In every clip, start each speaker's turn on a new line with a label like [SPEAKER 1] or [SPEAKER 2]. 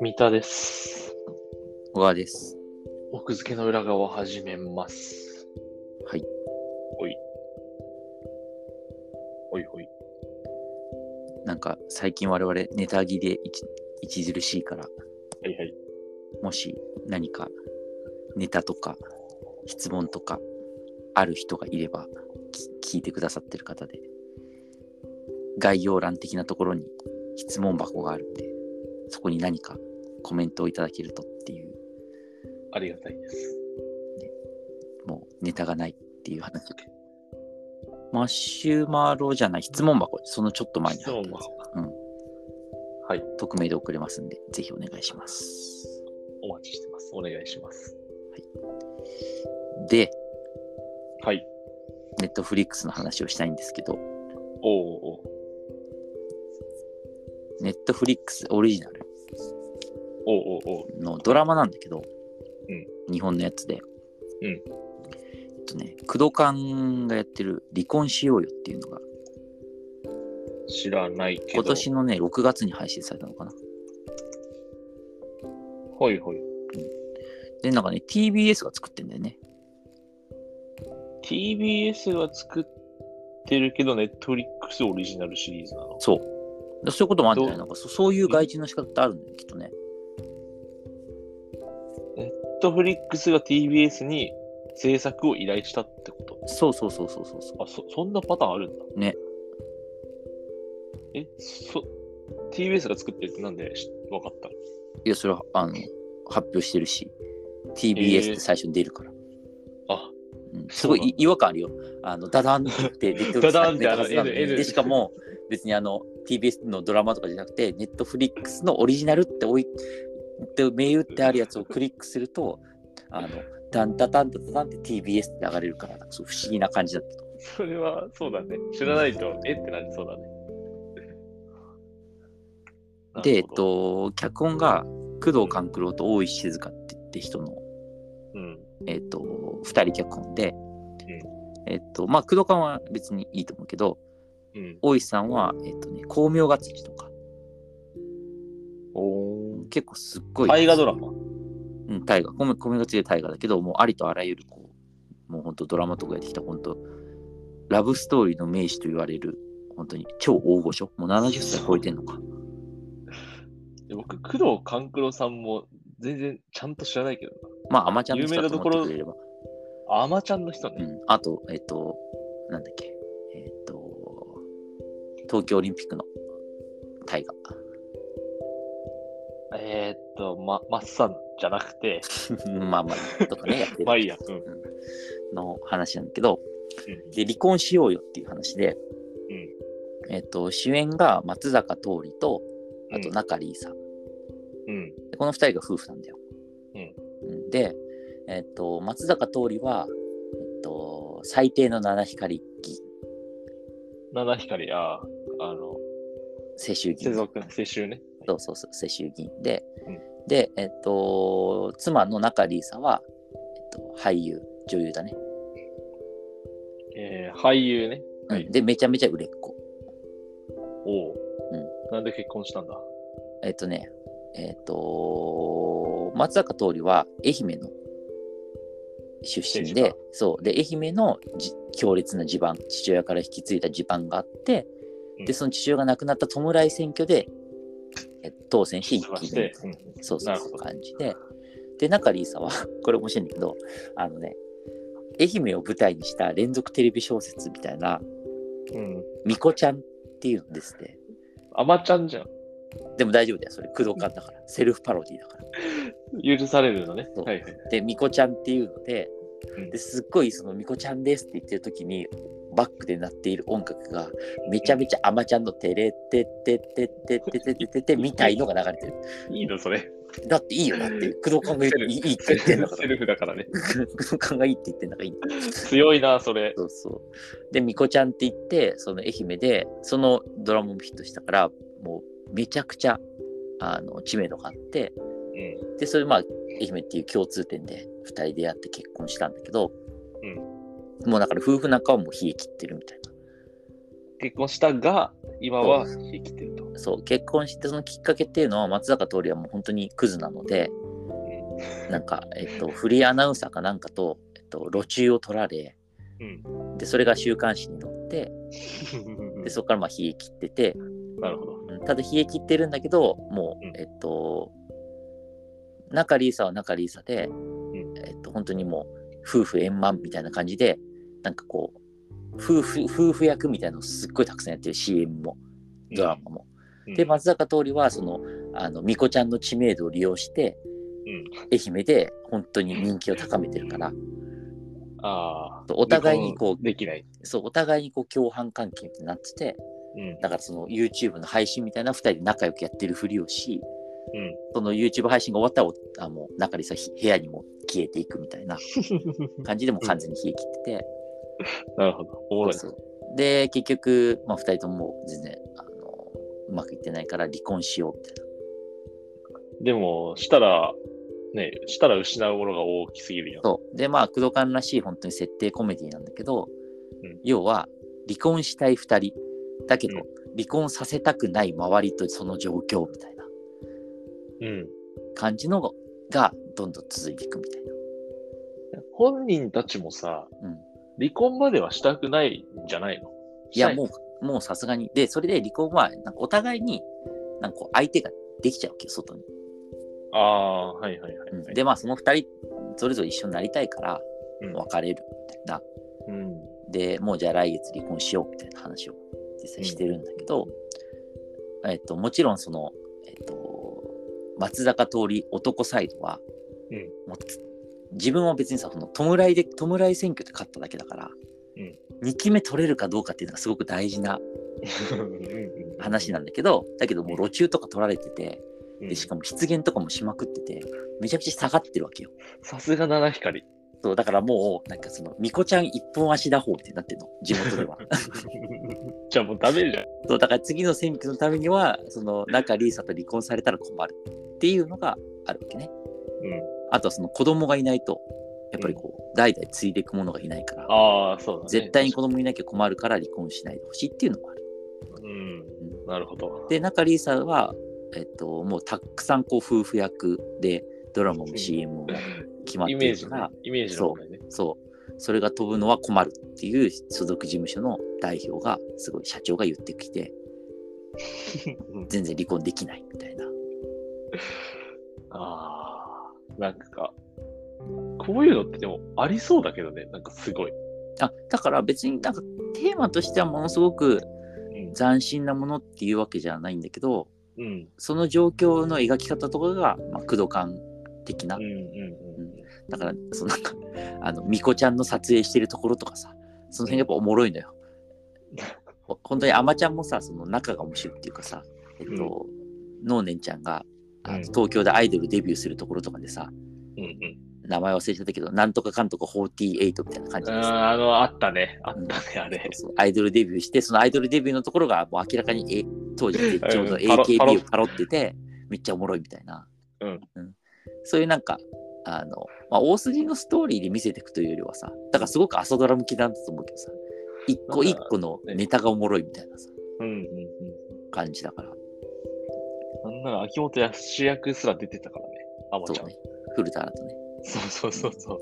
[SPEAKER 1] 三田です。
[SPEAKER 2] 小川です。
[SPEAKER 1] 奥付けの裏側始めます。
[SPEAKER 2] はい。
[SPEAKER 1] ほい。ほいほい。
[SPEAKER 2] なんか最近我々ネタ切れいち著しいから、
[SPEAKER 1] はいはい。
[SPEAKER 2] もし何かネタとか質問とかある人がいればき聞いてくださってる方で、概要欄的なところに質問箱があるんで、そこに何かコメントをいただけるとっていう、
[SPEAKER 1] ありがたいです。
[SPEAKER 2] もうネタがないっていう話で。マシュマロじゃない質問箱、そのちょっと前に
[SPEAKER 1] 質
[SPEAKER 2] 入っ
[SPEAKER 1] 問
[SPEAKER 2] てます。
[SPEAKER 1] は
[SPEAKER 2] うん
[SPEAKER 1] はい。
[SPEAKER 2] 匿名で送れますんで、ぜひお願いします。
[SPEAKER 1] お待ちしてます。お願いします。
[SPEAKER 2] で、
[SPEAKER 1] はい。
[SPEAKER 2] ネットフリックスの話をしたいんですけど、
[SPEAKER 1] おおお
[SPEAKER 2] ネットフリックスオリジナル
[SPEAKER 1] おうおうおう
[SPEAKER 2] のドラマなんだけど、
[SPEAKER 1] う
[SPEAKER 2] 日本のやつで、
[SPEAKER 1] うん
[SPEAKER 2] えっとね、工藤館がやってる「離婚しようよ」っていうのが、
[SPEAKER 1] 知らないけど。
[SPEAKER 2] 今年のね、6月に配信されたのかな。
[SPEAKER 1] ほいほい。
[SPEAKER 2] で、なんかね、TBS が作ってんだよね。
[SPEAKER 1] TBS は作ってるけど、Netflix オリジナルシリーズなの。
[SPEAKER 2] そう。だそういうこともあるんじゃない
[SPEAKER 1] ど
[SPEAKER 2] なんかそそういう外注の仕方ってあるんだよ、きっとね。
[SPEAKER 1] Netflix が TBS に制作を依頼したってこと
[SPEAKER 2] そうそうそうそうそうそう。
[SPEAKER 1] あそそんなパターンあるんだ。
[SPEAKER 2] ね。
[SPEAKER 1] え、そ、TBS が作ってるってなんでし分かったの
[SPEAKER 2] いや、それはあの発表してるし、TBS って最初に出るから。
[SPEAKER 1] あ、
[SPEAKER 2] うんすごい い違和感あるよ。あのダダンって出て
[SPEAKER 1] ダダンってあの
[SPEAKER 2] はずなのに
[SPEAKER 1] N N
[SPEAKER 2] でしかも別にあの TBS のドラマとかじゃなくて、ネットフリックスのオリジナルって置いて、銘打ってあるやつをクリックすると、あのダンダダンダダンって TBS って流れるから、なんかそう不思議な感じだったと。
[SPEAKER 1] それはそうだね。知らないと、えってなりそうだね。
[SPEAKER 2] で、え
[SPEAKER 1] なる
[SPEAKER 2] っ
[SPEAKER 1] ほど、
[SPEAKER 2] と、脚本が工藤官九郎と大石静香って言って人の、
[SPEAKER 1] うん。
[SPEAKER 2] えっと、2人脚本で、えっと、まあ、工藤官は別にいいと思うけど、
[SPEAKER 1] うん。
[SPEAKER 2] 大石さんは、えっとね、光明がつとか、
[SPEAKER 1] おー。
[SPEAKER 2] 結構すっごい。
[SPEAKER 1] 大河ドラマ
[SPEAKER 2] うん、大河。コメコメが強い大河だけど、もうありとあらゆる、こう、もう本当ドラマとかやってきた、本当ラブストーリーの名手と言われる、本当に超大御所。もう70歳超えてんのか。
[SPEAKER 1] で僕、工藤官九郎さんも全然ちゃんと知らないけど
[SPEAKER 2] まあ、アマちゃんの人だと思ってくれれば。
[SPEAKER 1] な。アマちゃんの人
[SPEAKER 2] う
[SPEAKER 1] ね。
[SPEAKER 2] ん。あと、えっ、と、なんだっけ。えっ、と、東京オリンピックの大河。
[SPEAKER 1] えー、っと、ま、マッサンじゃなくて、
[SPEAKER 2] まあまあ、とかね、やって る。
[SPEAKER 1] まあいいや。うん。
[SPEAKER 2] の話なんだけど、で、離婚しようよっていう話で、えっ、と、主演が松坂桃李と、あと中里依紗。
[SPEAKER 1] うん。
[SPEAKER 2] でこの2人が夫婦なんだよ。うんで、えっと松坂桃李は、えっと最低の七光一揆
[SPEAKER 1] 七光、ああ、あの、
[SPEAKER 2] 世襲議
[SPEAKER 1] 世
[SPEAKER 2] 員
[SPEAKER 1] 俗の世襲ね。
[SPEAKER 2] そうそうそう世襲議員で、
[SPEAKER 1] うん
[SPEAKER 2] で、えっと妻の中里依紗は、えっと俳優女優だね、
[SPEAKER 1] えー、俳優ね。
[SPEAKER 2] うん
[SPEAKER 1] はい
[SPEAKER 2] でめちゃめちゃ売れっ子。
[SPEAKER 1] おう、
[SPEAKER 2] う
[SPEAKER 1] なんで結婚したんだ
[SPEAKER 2] えっとねえっと松坂桃李は愛媛の出身
[SPEAKER 1] 出身
[SPEAKER 2] で
[SPEAKER 1] か
[SPEAKER 2] そうで愛媛のじ強烈な地盤父親から引き継いだ地盤があって、
[SPEAKER 1] うん
[SPEAKER 2] でその父親が亡くなった弔い選挙でえ当選して一
[SPEAKER 1] 探
[SPEAKER 2] 気
[SPEAKER 1] し
[SPEAKER 2] に
[SPEAKER 1] て。うん
[SPEAKER 2] そうそ
[SPEAKER 1] な
[SPEAKER 2] う
[SPEAKER 1] る
[SPEAKER 2] そ
[SPEAKER 1] ほ
[SPEAKER 2] う
[SPEAKER 1] ど
[SPEAKER 2] 感じでで中里依紗は これ面白いんだけどあのね愛媛を舞台にした連続テレビ小説みたいな
[SPEAKER 1] うん。
[SPEAKER 2] 「みこちゃん」っていうのですね
[SPEAKER 1] アマちゃんじゃん。
[SPEAKER 2] でも大丈夫だよそれ工藤館だからセルフパロディだから。
[SPEAKER 1] 許されるのね。
[SPEAKER 2] そう
[SPEAKER 1] はいはい。
[SPEAKER 2] で、みこちゃんっていうので
[SPEAKER 1] うん、
[SPEAKER 2] ですっごいそのみこちゃんですって言ってる時に、バックで鳴っている音楽が、めちゃめちゃあまちゃんのテレテテテテテテテテテみたいのが流れてる。
[SPEAKER 1] いいの、それ。
[SPEAKER 2] だっていいよなって、工藤勘がいいいいって言ってんだか
[SPEAKER 1] セ
[SPEAKER 2] ら。
[SPEAKER 1] ルフだからね。
[SPEAKER 2] 工藤勘がいいって言ってんだからいいんだ。
[SPEAKER 1] 強いな、それ。
[SPEAKER 2] そうそう。で、みこちゃんって言って、その愛媛で、そのドラマもヒットしたから、もうめちゃくちゃ、あの、知名度があって、
[SPEAKER 1] うん。
[SPEAKER 2] でそれまあ愛媛っていう共通点で2人出会って結婚したんだけど、もうだから夫婦仲はもう冷え切ってるみたいな
[SPEAKER 1] 結婚したが、今は生きてると。
[SPEAKER 2] そう結婚してそのきっかけっていうのは松坂桃李はもう本当にクズなのでなんか、えっと、フリーアナウンサーかなんかと、えっと、路中を取られ
[SPEAKER 1] うん。
[SPEAKER 2] でそれが週刊誌に載ってでそこからまあ冷え切ってて、
[SPEAKER 1] なるほど。
[SPEAKER 2] うんただ冷え切ってるんだけどもう、
[SPEAKER 1] うん
[SPEAKER 2] えっと仲里依紗は仲里依紗で、
[SPEAKER 1] ん
[SPEAKER 2] えっと本当にもう夫婦円満みたいな感じでなんかこう夫婦夫婦役みたいなのをすっごいたくさんやってる CM もドラマも。
[SPEAKER 1] うん
[SPEAKER 2] で、松坂桃李はそのあの巫女ちゃんの知名度を利用して、
[SPEAKER 1] うん
[SPEAKER 2] 愛媛で本当に人気を高めてるから
[SPEAKER 1] ああ。
[SPEAKER 2] お互いにこう
[SPEAKER 1] できない。
[SPEAKER 2] そうお互いにこう共犯関係になってて
[SPEAKER 1] うん。
[SPEAKER 2] だからその YouTube の配信みたいな2人で仲良くやってるふりをし
[SPEAKER 1] うん。
[SPEAKER 2] その YouTube 配信が終わったらおあもう中里さ部屋にも消えていくみたいな感じでもう完全に冷え切ってて、
[SPEAKER 1] なるほど。おもろい。
[SPEAKER 2] そうで結局、まあ、2人とももう全然あのうまくいってないから離婚しようみたいな。
[SPEAKER 1] でも、したら、ね、したら失うものが大きすぎるよ。
[SPEAKER 2] そう。で、まあ、工藤館らしい本当に設定コメディなんだけど、
[SPEAKER 1] うん
[SPEAKER 2] 要は、離婚したい2人、だけど、
[SPEAKER 1] うん
[SPEAKER 2] 離婚させたくない周りとその状況みたいな
[SPEAKER 1] うん。
[SPEAKER 2] 感じのががどんどん続いていくみたいな。
[SPEAKER 1] 本人たちもさ、
[SPEAKER 2] うん
[SPEAKER 1] 離婚まではしたくないんじゃないの
[SPEAKER 2] いや、
[SPEAKER 1] した
[SPEAKER 2] もう、もうさすがに。で、それで離婚は、なんかお互いに、なんかこう相手ができちゃうわけよ、外に。
[SPEAKER 1] ああ、はいはいは
[SPEAKER 2] う
[SPEAKER 1] い、
[SPEAKER 2] ん
[SPEAKER 1] はい。
[SPEAKER 2] で、まあ、その2人、それぞれ一緒になりたいから、
[SPEAKER 1] うん
[SPEAKER 2] 別れるみたいな。
[SPEAKER 1] うん、
[SPEAKER 2] でもうじゃあ来月離婚しようみたいな話を実際してるんだけど、えっと、もちろんその、えっと、松坂桃李男サイドは、
[SPEAKER 1] うん
[SPEAKER 2] もうつ自分は別にさその弔いで弔い選挙で勝っただけだから、
[SPEAKER 1] うん
[SPEAKER 2] 2期目取れるかどうかっていうのがすごく大事な 話
[SPEAKER 1] な
[SPEAKER 2] なんだけどだけどもう路中とか取られてて
[SPEAKER 1] ん
[SPEAKER 2] でしかも失言とかもしまくっててめちゃくちゃ下がってるわけよ
[SPEAKER 1] さすが七 光。
[SPEAKER 2] そうだからもうなんかその巫女ちゃん一本足打法ってなってるの地元 では。
[SPEAKER 1] じゃあもうダメじゃん。
[SPEAKER 2] そうだから次の選挙のためにはその中リーサと離婚されたら困るっていうのがあるわけね
[SPEAKER 1] うん、
[SPEAKER 2] あとはその子供がいないとやっぱりこう、代々継いでいくものがいないから
[SPEAKER 1] ああ、そうだね。
[SPEAKER 2] 絶対に子供いなきゃ困るから離婚しないでほしいっていうのもある
[SPEAKER 1] うん、なるほど。
[SPEAKER 2] で中リーサは、えっと、もうたくさんこう夫婦役でドラマも CM も決まって
[SPEAKER 1] イメー
[SPEAKER 2] る
[SPEAKER 1] ジ
[SPEAKER 2] か
[SPEAKER 1] が
[SPEAKER 2] ら、
[SPEAKER 1] イメージの問題ね。
[SPEAKER 2] そうそれが飛ぶのは困るっていう所属事務所の代表がすごい社長が言ってきて
[SPEAKER 1] うん
[SPEAKER 2] 全然離婚できないみたいな
[SPEAKER 1] ああ、なんか、こういうのってでもありそうだけどね、なんかすごい。
[SPEAKER 2] あだから別になんかテーマとしてはものすごく
[SPEAKER 1] うん
[SPEAKER 2] 斬新なものっていうわけじゃないんだけど
[SPEAKER 1] うん、
[SPEAKER 2] その状況の描き方とかが、まあ、駆動感的な
[SPEAKER 1] うん、うん、うん。
[SPEAKER 2] だからそのなんかあの巫女ちゃんの撮影してるところとかさその辺がやっぱおもろいのよ。ほ本当にあまちゃんもさその仲が面白いっていうかさえっと、のうねんちゃんがあの
[SPEAKER 1] うん
[SPEAKER 2] 東京でアイドルデビューするところとかでさ
[SPEAKER 1] うん、うん。
[SPEAKER 2] 名前忘れちゃったけどなんとかかんとか48みたいな感じでさ
[SPEAKER 1] ああの、あったね。あったね、あれ。
[SPEAKER 2] そうそうアイドルデビューしてそのアイドルデビューのところがもう明らかに、A、当時絶頂の
[SPEAKER 1] うんパロパロ
[SPEAKER 2] AKB をパロっててめっちゃおもろいみたいな、
[SPEAKER 1] うん
[SPEAKER 2] そういうなんかあの、まあ、大筋のストーリーで見せていくというよりはさだからすごく朝ドラ向きなんだと思うけどさ一個一個のネタがおもろいみたいなさ
[SPEAKER 1] うん、うん、う
[SPEAKER 2] 感じだから
[SPEAKER 1] ん。なんなら秋元康役すら出てたからね、あまち
[SPEAKER 2] そ
[SPEAKER 1] ゃ。
[SPEAKER 2] うんね古田新太ね
[SPEAKER 1] そうそうそうそう。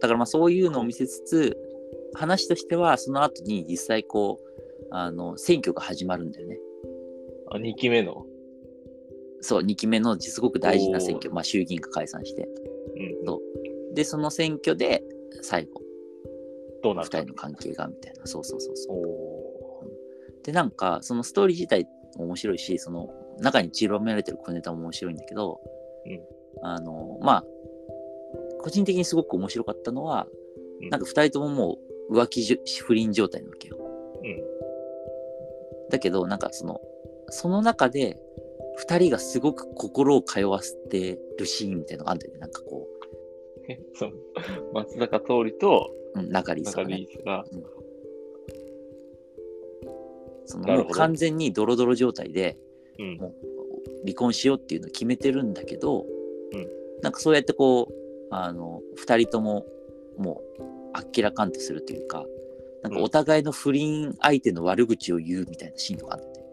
[SPEAKER 2] だからまあそういうのを見せつつ話としてはその後に実際こうあの選挙が始まるんだよね
[SPEAKER 1] あ、2期目の。
[SPEAKER 2] そう2期目のすごく大事な選挙、まあ、衆議院が解散して
[SPEAKER 1] うん、
[SPEAKER 2] そうでその選挙で最後
[SPEAKER 1] どうな
[SPEAKER 2] 2
[SPEAKER 1] るか
[SPEAKER 2] 人の関係がみたいなそうそうそう
[SPEAKER 1] お
[SPEAKER 2] そ
[SPEAKER 1] お
[SPEAKER 2] うでなんかそのストーリー自体も面白いしその中に散りばめられてる小ネタも面白いんだけど、
[SPEAKER 1] うん
[SPEAKER 2] あのまあ個人的にすごく面白かったのは、
[SPEAKER 1] うん
[SPEAKER 2] なんか2人とももう浮気じょ不倫状態なわけよ
[SPEAKER 1] ー。うん。
[SPEAKER 2] だけどなんかそのその中で2人がすごく心を通わせてるシーンみたいなのがあるんだよねなんかこ
[SPEAKER 1] え そう松坂桃李と
[SPEAKER 2] う、うん、中里さ
[SPEAKER 1] 中
[SPEAKER 2] んがね
[SPEAKER 1] 里が、
[SPEAKER 2] その
[SPEAKER 1] な
[SPEAKER 2] も
[SPEAKER 1] る
[SPEAKER 2] う
[SPEAKER 1] ほど
[SPEAKER 2] 完全にドロドロ状態で
[SPEAKER 1] うん
[SPEAKER 2] も離婚しようっていうのを決めてるんだけど、
[SPEAKER 1] うん
[SPEAKER 2] なんかそうやってこうあの2人とももうあっけらかんとするというかなんかお互いの不倫相手の悪口を言うみたいなシーンとかあって、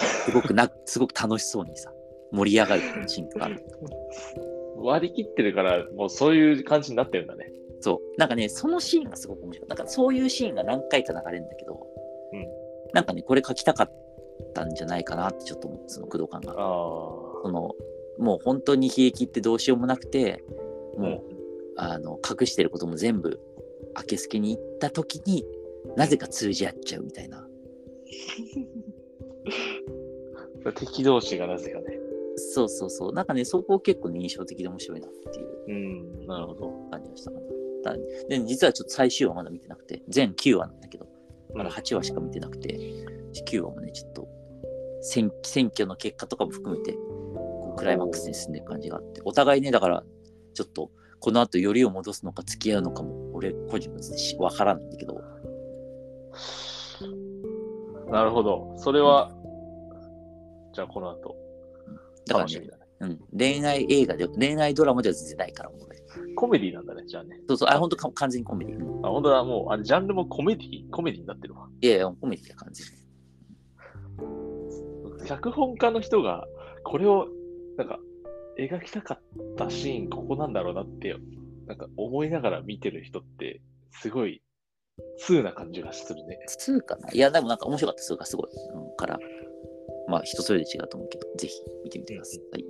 [SPEAKER 2] すごくな、 すごく楽しそうにさ、盛り上がるシーンとかあって。
[SPEAKER 1] 割り切ってるから、もうそういう感じになってるんだね。
[SPEAKER 2] そう。なんかね、そのシーンがすごく面白い。なんかそういうシーンが何回か流れるんだけど、
[SPEAKER 1] うん
[SPEAKER 2] なんかね、これ書きたかったんじゃないかなってちょっと思う、その工藤感が。
[SPEAKER 1] あ
[SPEAKER 2] その、もう本当に悲劇ってどうしようもなくて、
[SPEAKER 1] あ。
[SPEAKER 2] もう、あの隠してることも全部明けすけに行った時になぜか通じ合っちゃうみたいな
[SPEAKER 1] うん。敵同士がなぜかね。
[SPEAKER 2] そうそうそうなんかねそこ結構ね印象的で面白いなってい
[SPEAKER 1] う
[SPEAKER 2] う
[SPEAKER 1] ん、なるほど。
[SPEAKER 2] 感じがしたかなだで実はちょっと最終話まだ見てなくて全9話なんだけどまだ8話しか見てなくて9話もねちょっと選選挙の結果とかも含めてこうクライマックスに進んでいく感じがあってお互いねだからちょっとこの後よりを戻すのか付き合うのかも俺個人別にしわからないんだけど
[SPEAKER 1] なるほど。それは、じゃあこの後、
[SPEAKER 2] だから
[SPEAKER 1] 楽
[SPEAKER 2] ね
[SPEAKER 1] しみだね。
[SPEAKER 2] うん、恋愛映画で、恋愛ドラマでは全然ないから、もう俺
[SPEAKER 1] コメディなんだね、じゃあね。
[SPEAKER 2] そうそう、あ、本当か完全にコメディ。うん
[SPEAKER 1] あ、本当だ、もう、あれ、ジャンルもコメディ、コメディになってるわ。
[SPEAKER 2] いやいや、コメディだ、完全に。
[SPEAKER 1] 脚本家の人が、これを、なんか、描きたかったシーン、ここなんだろうなって、なんか思いながら見てる人って、すごい、通な感じがするね。
[SPEAKER 2] 普通かな。いや、でもなんか面白かった、それがすごい。うん、から、まあ、人それぞれ違うと思うけど、ぜひ見てみてください。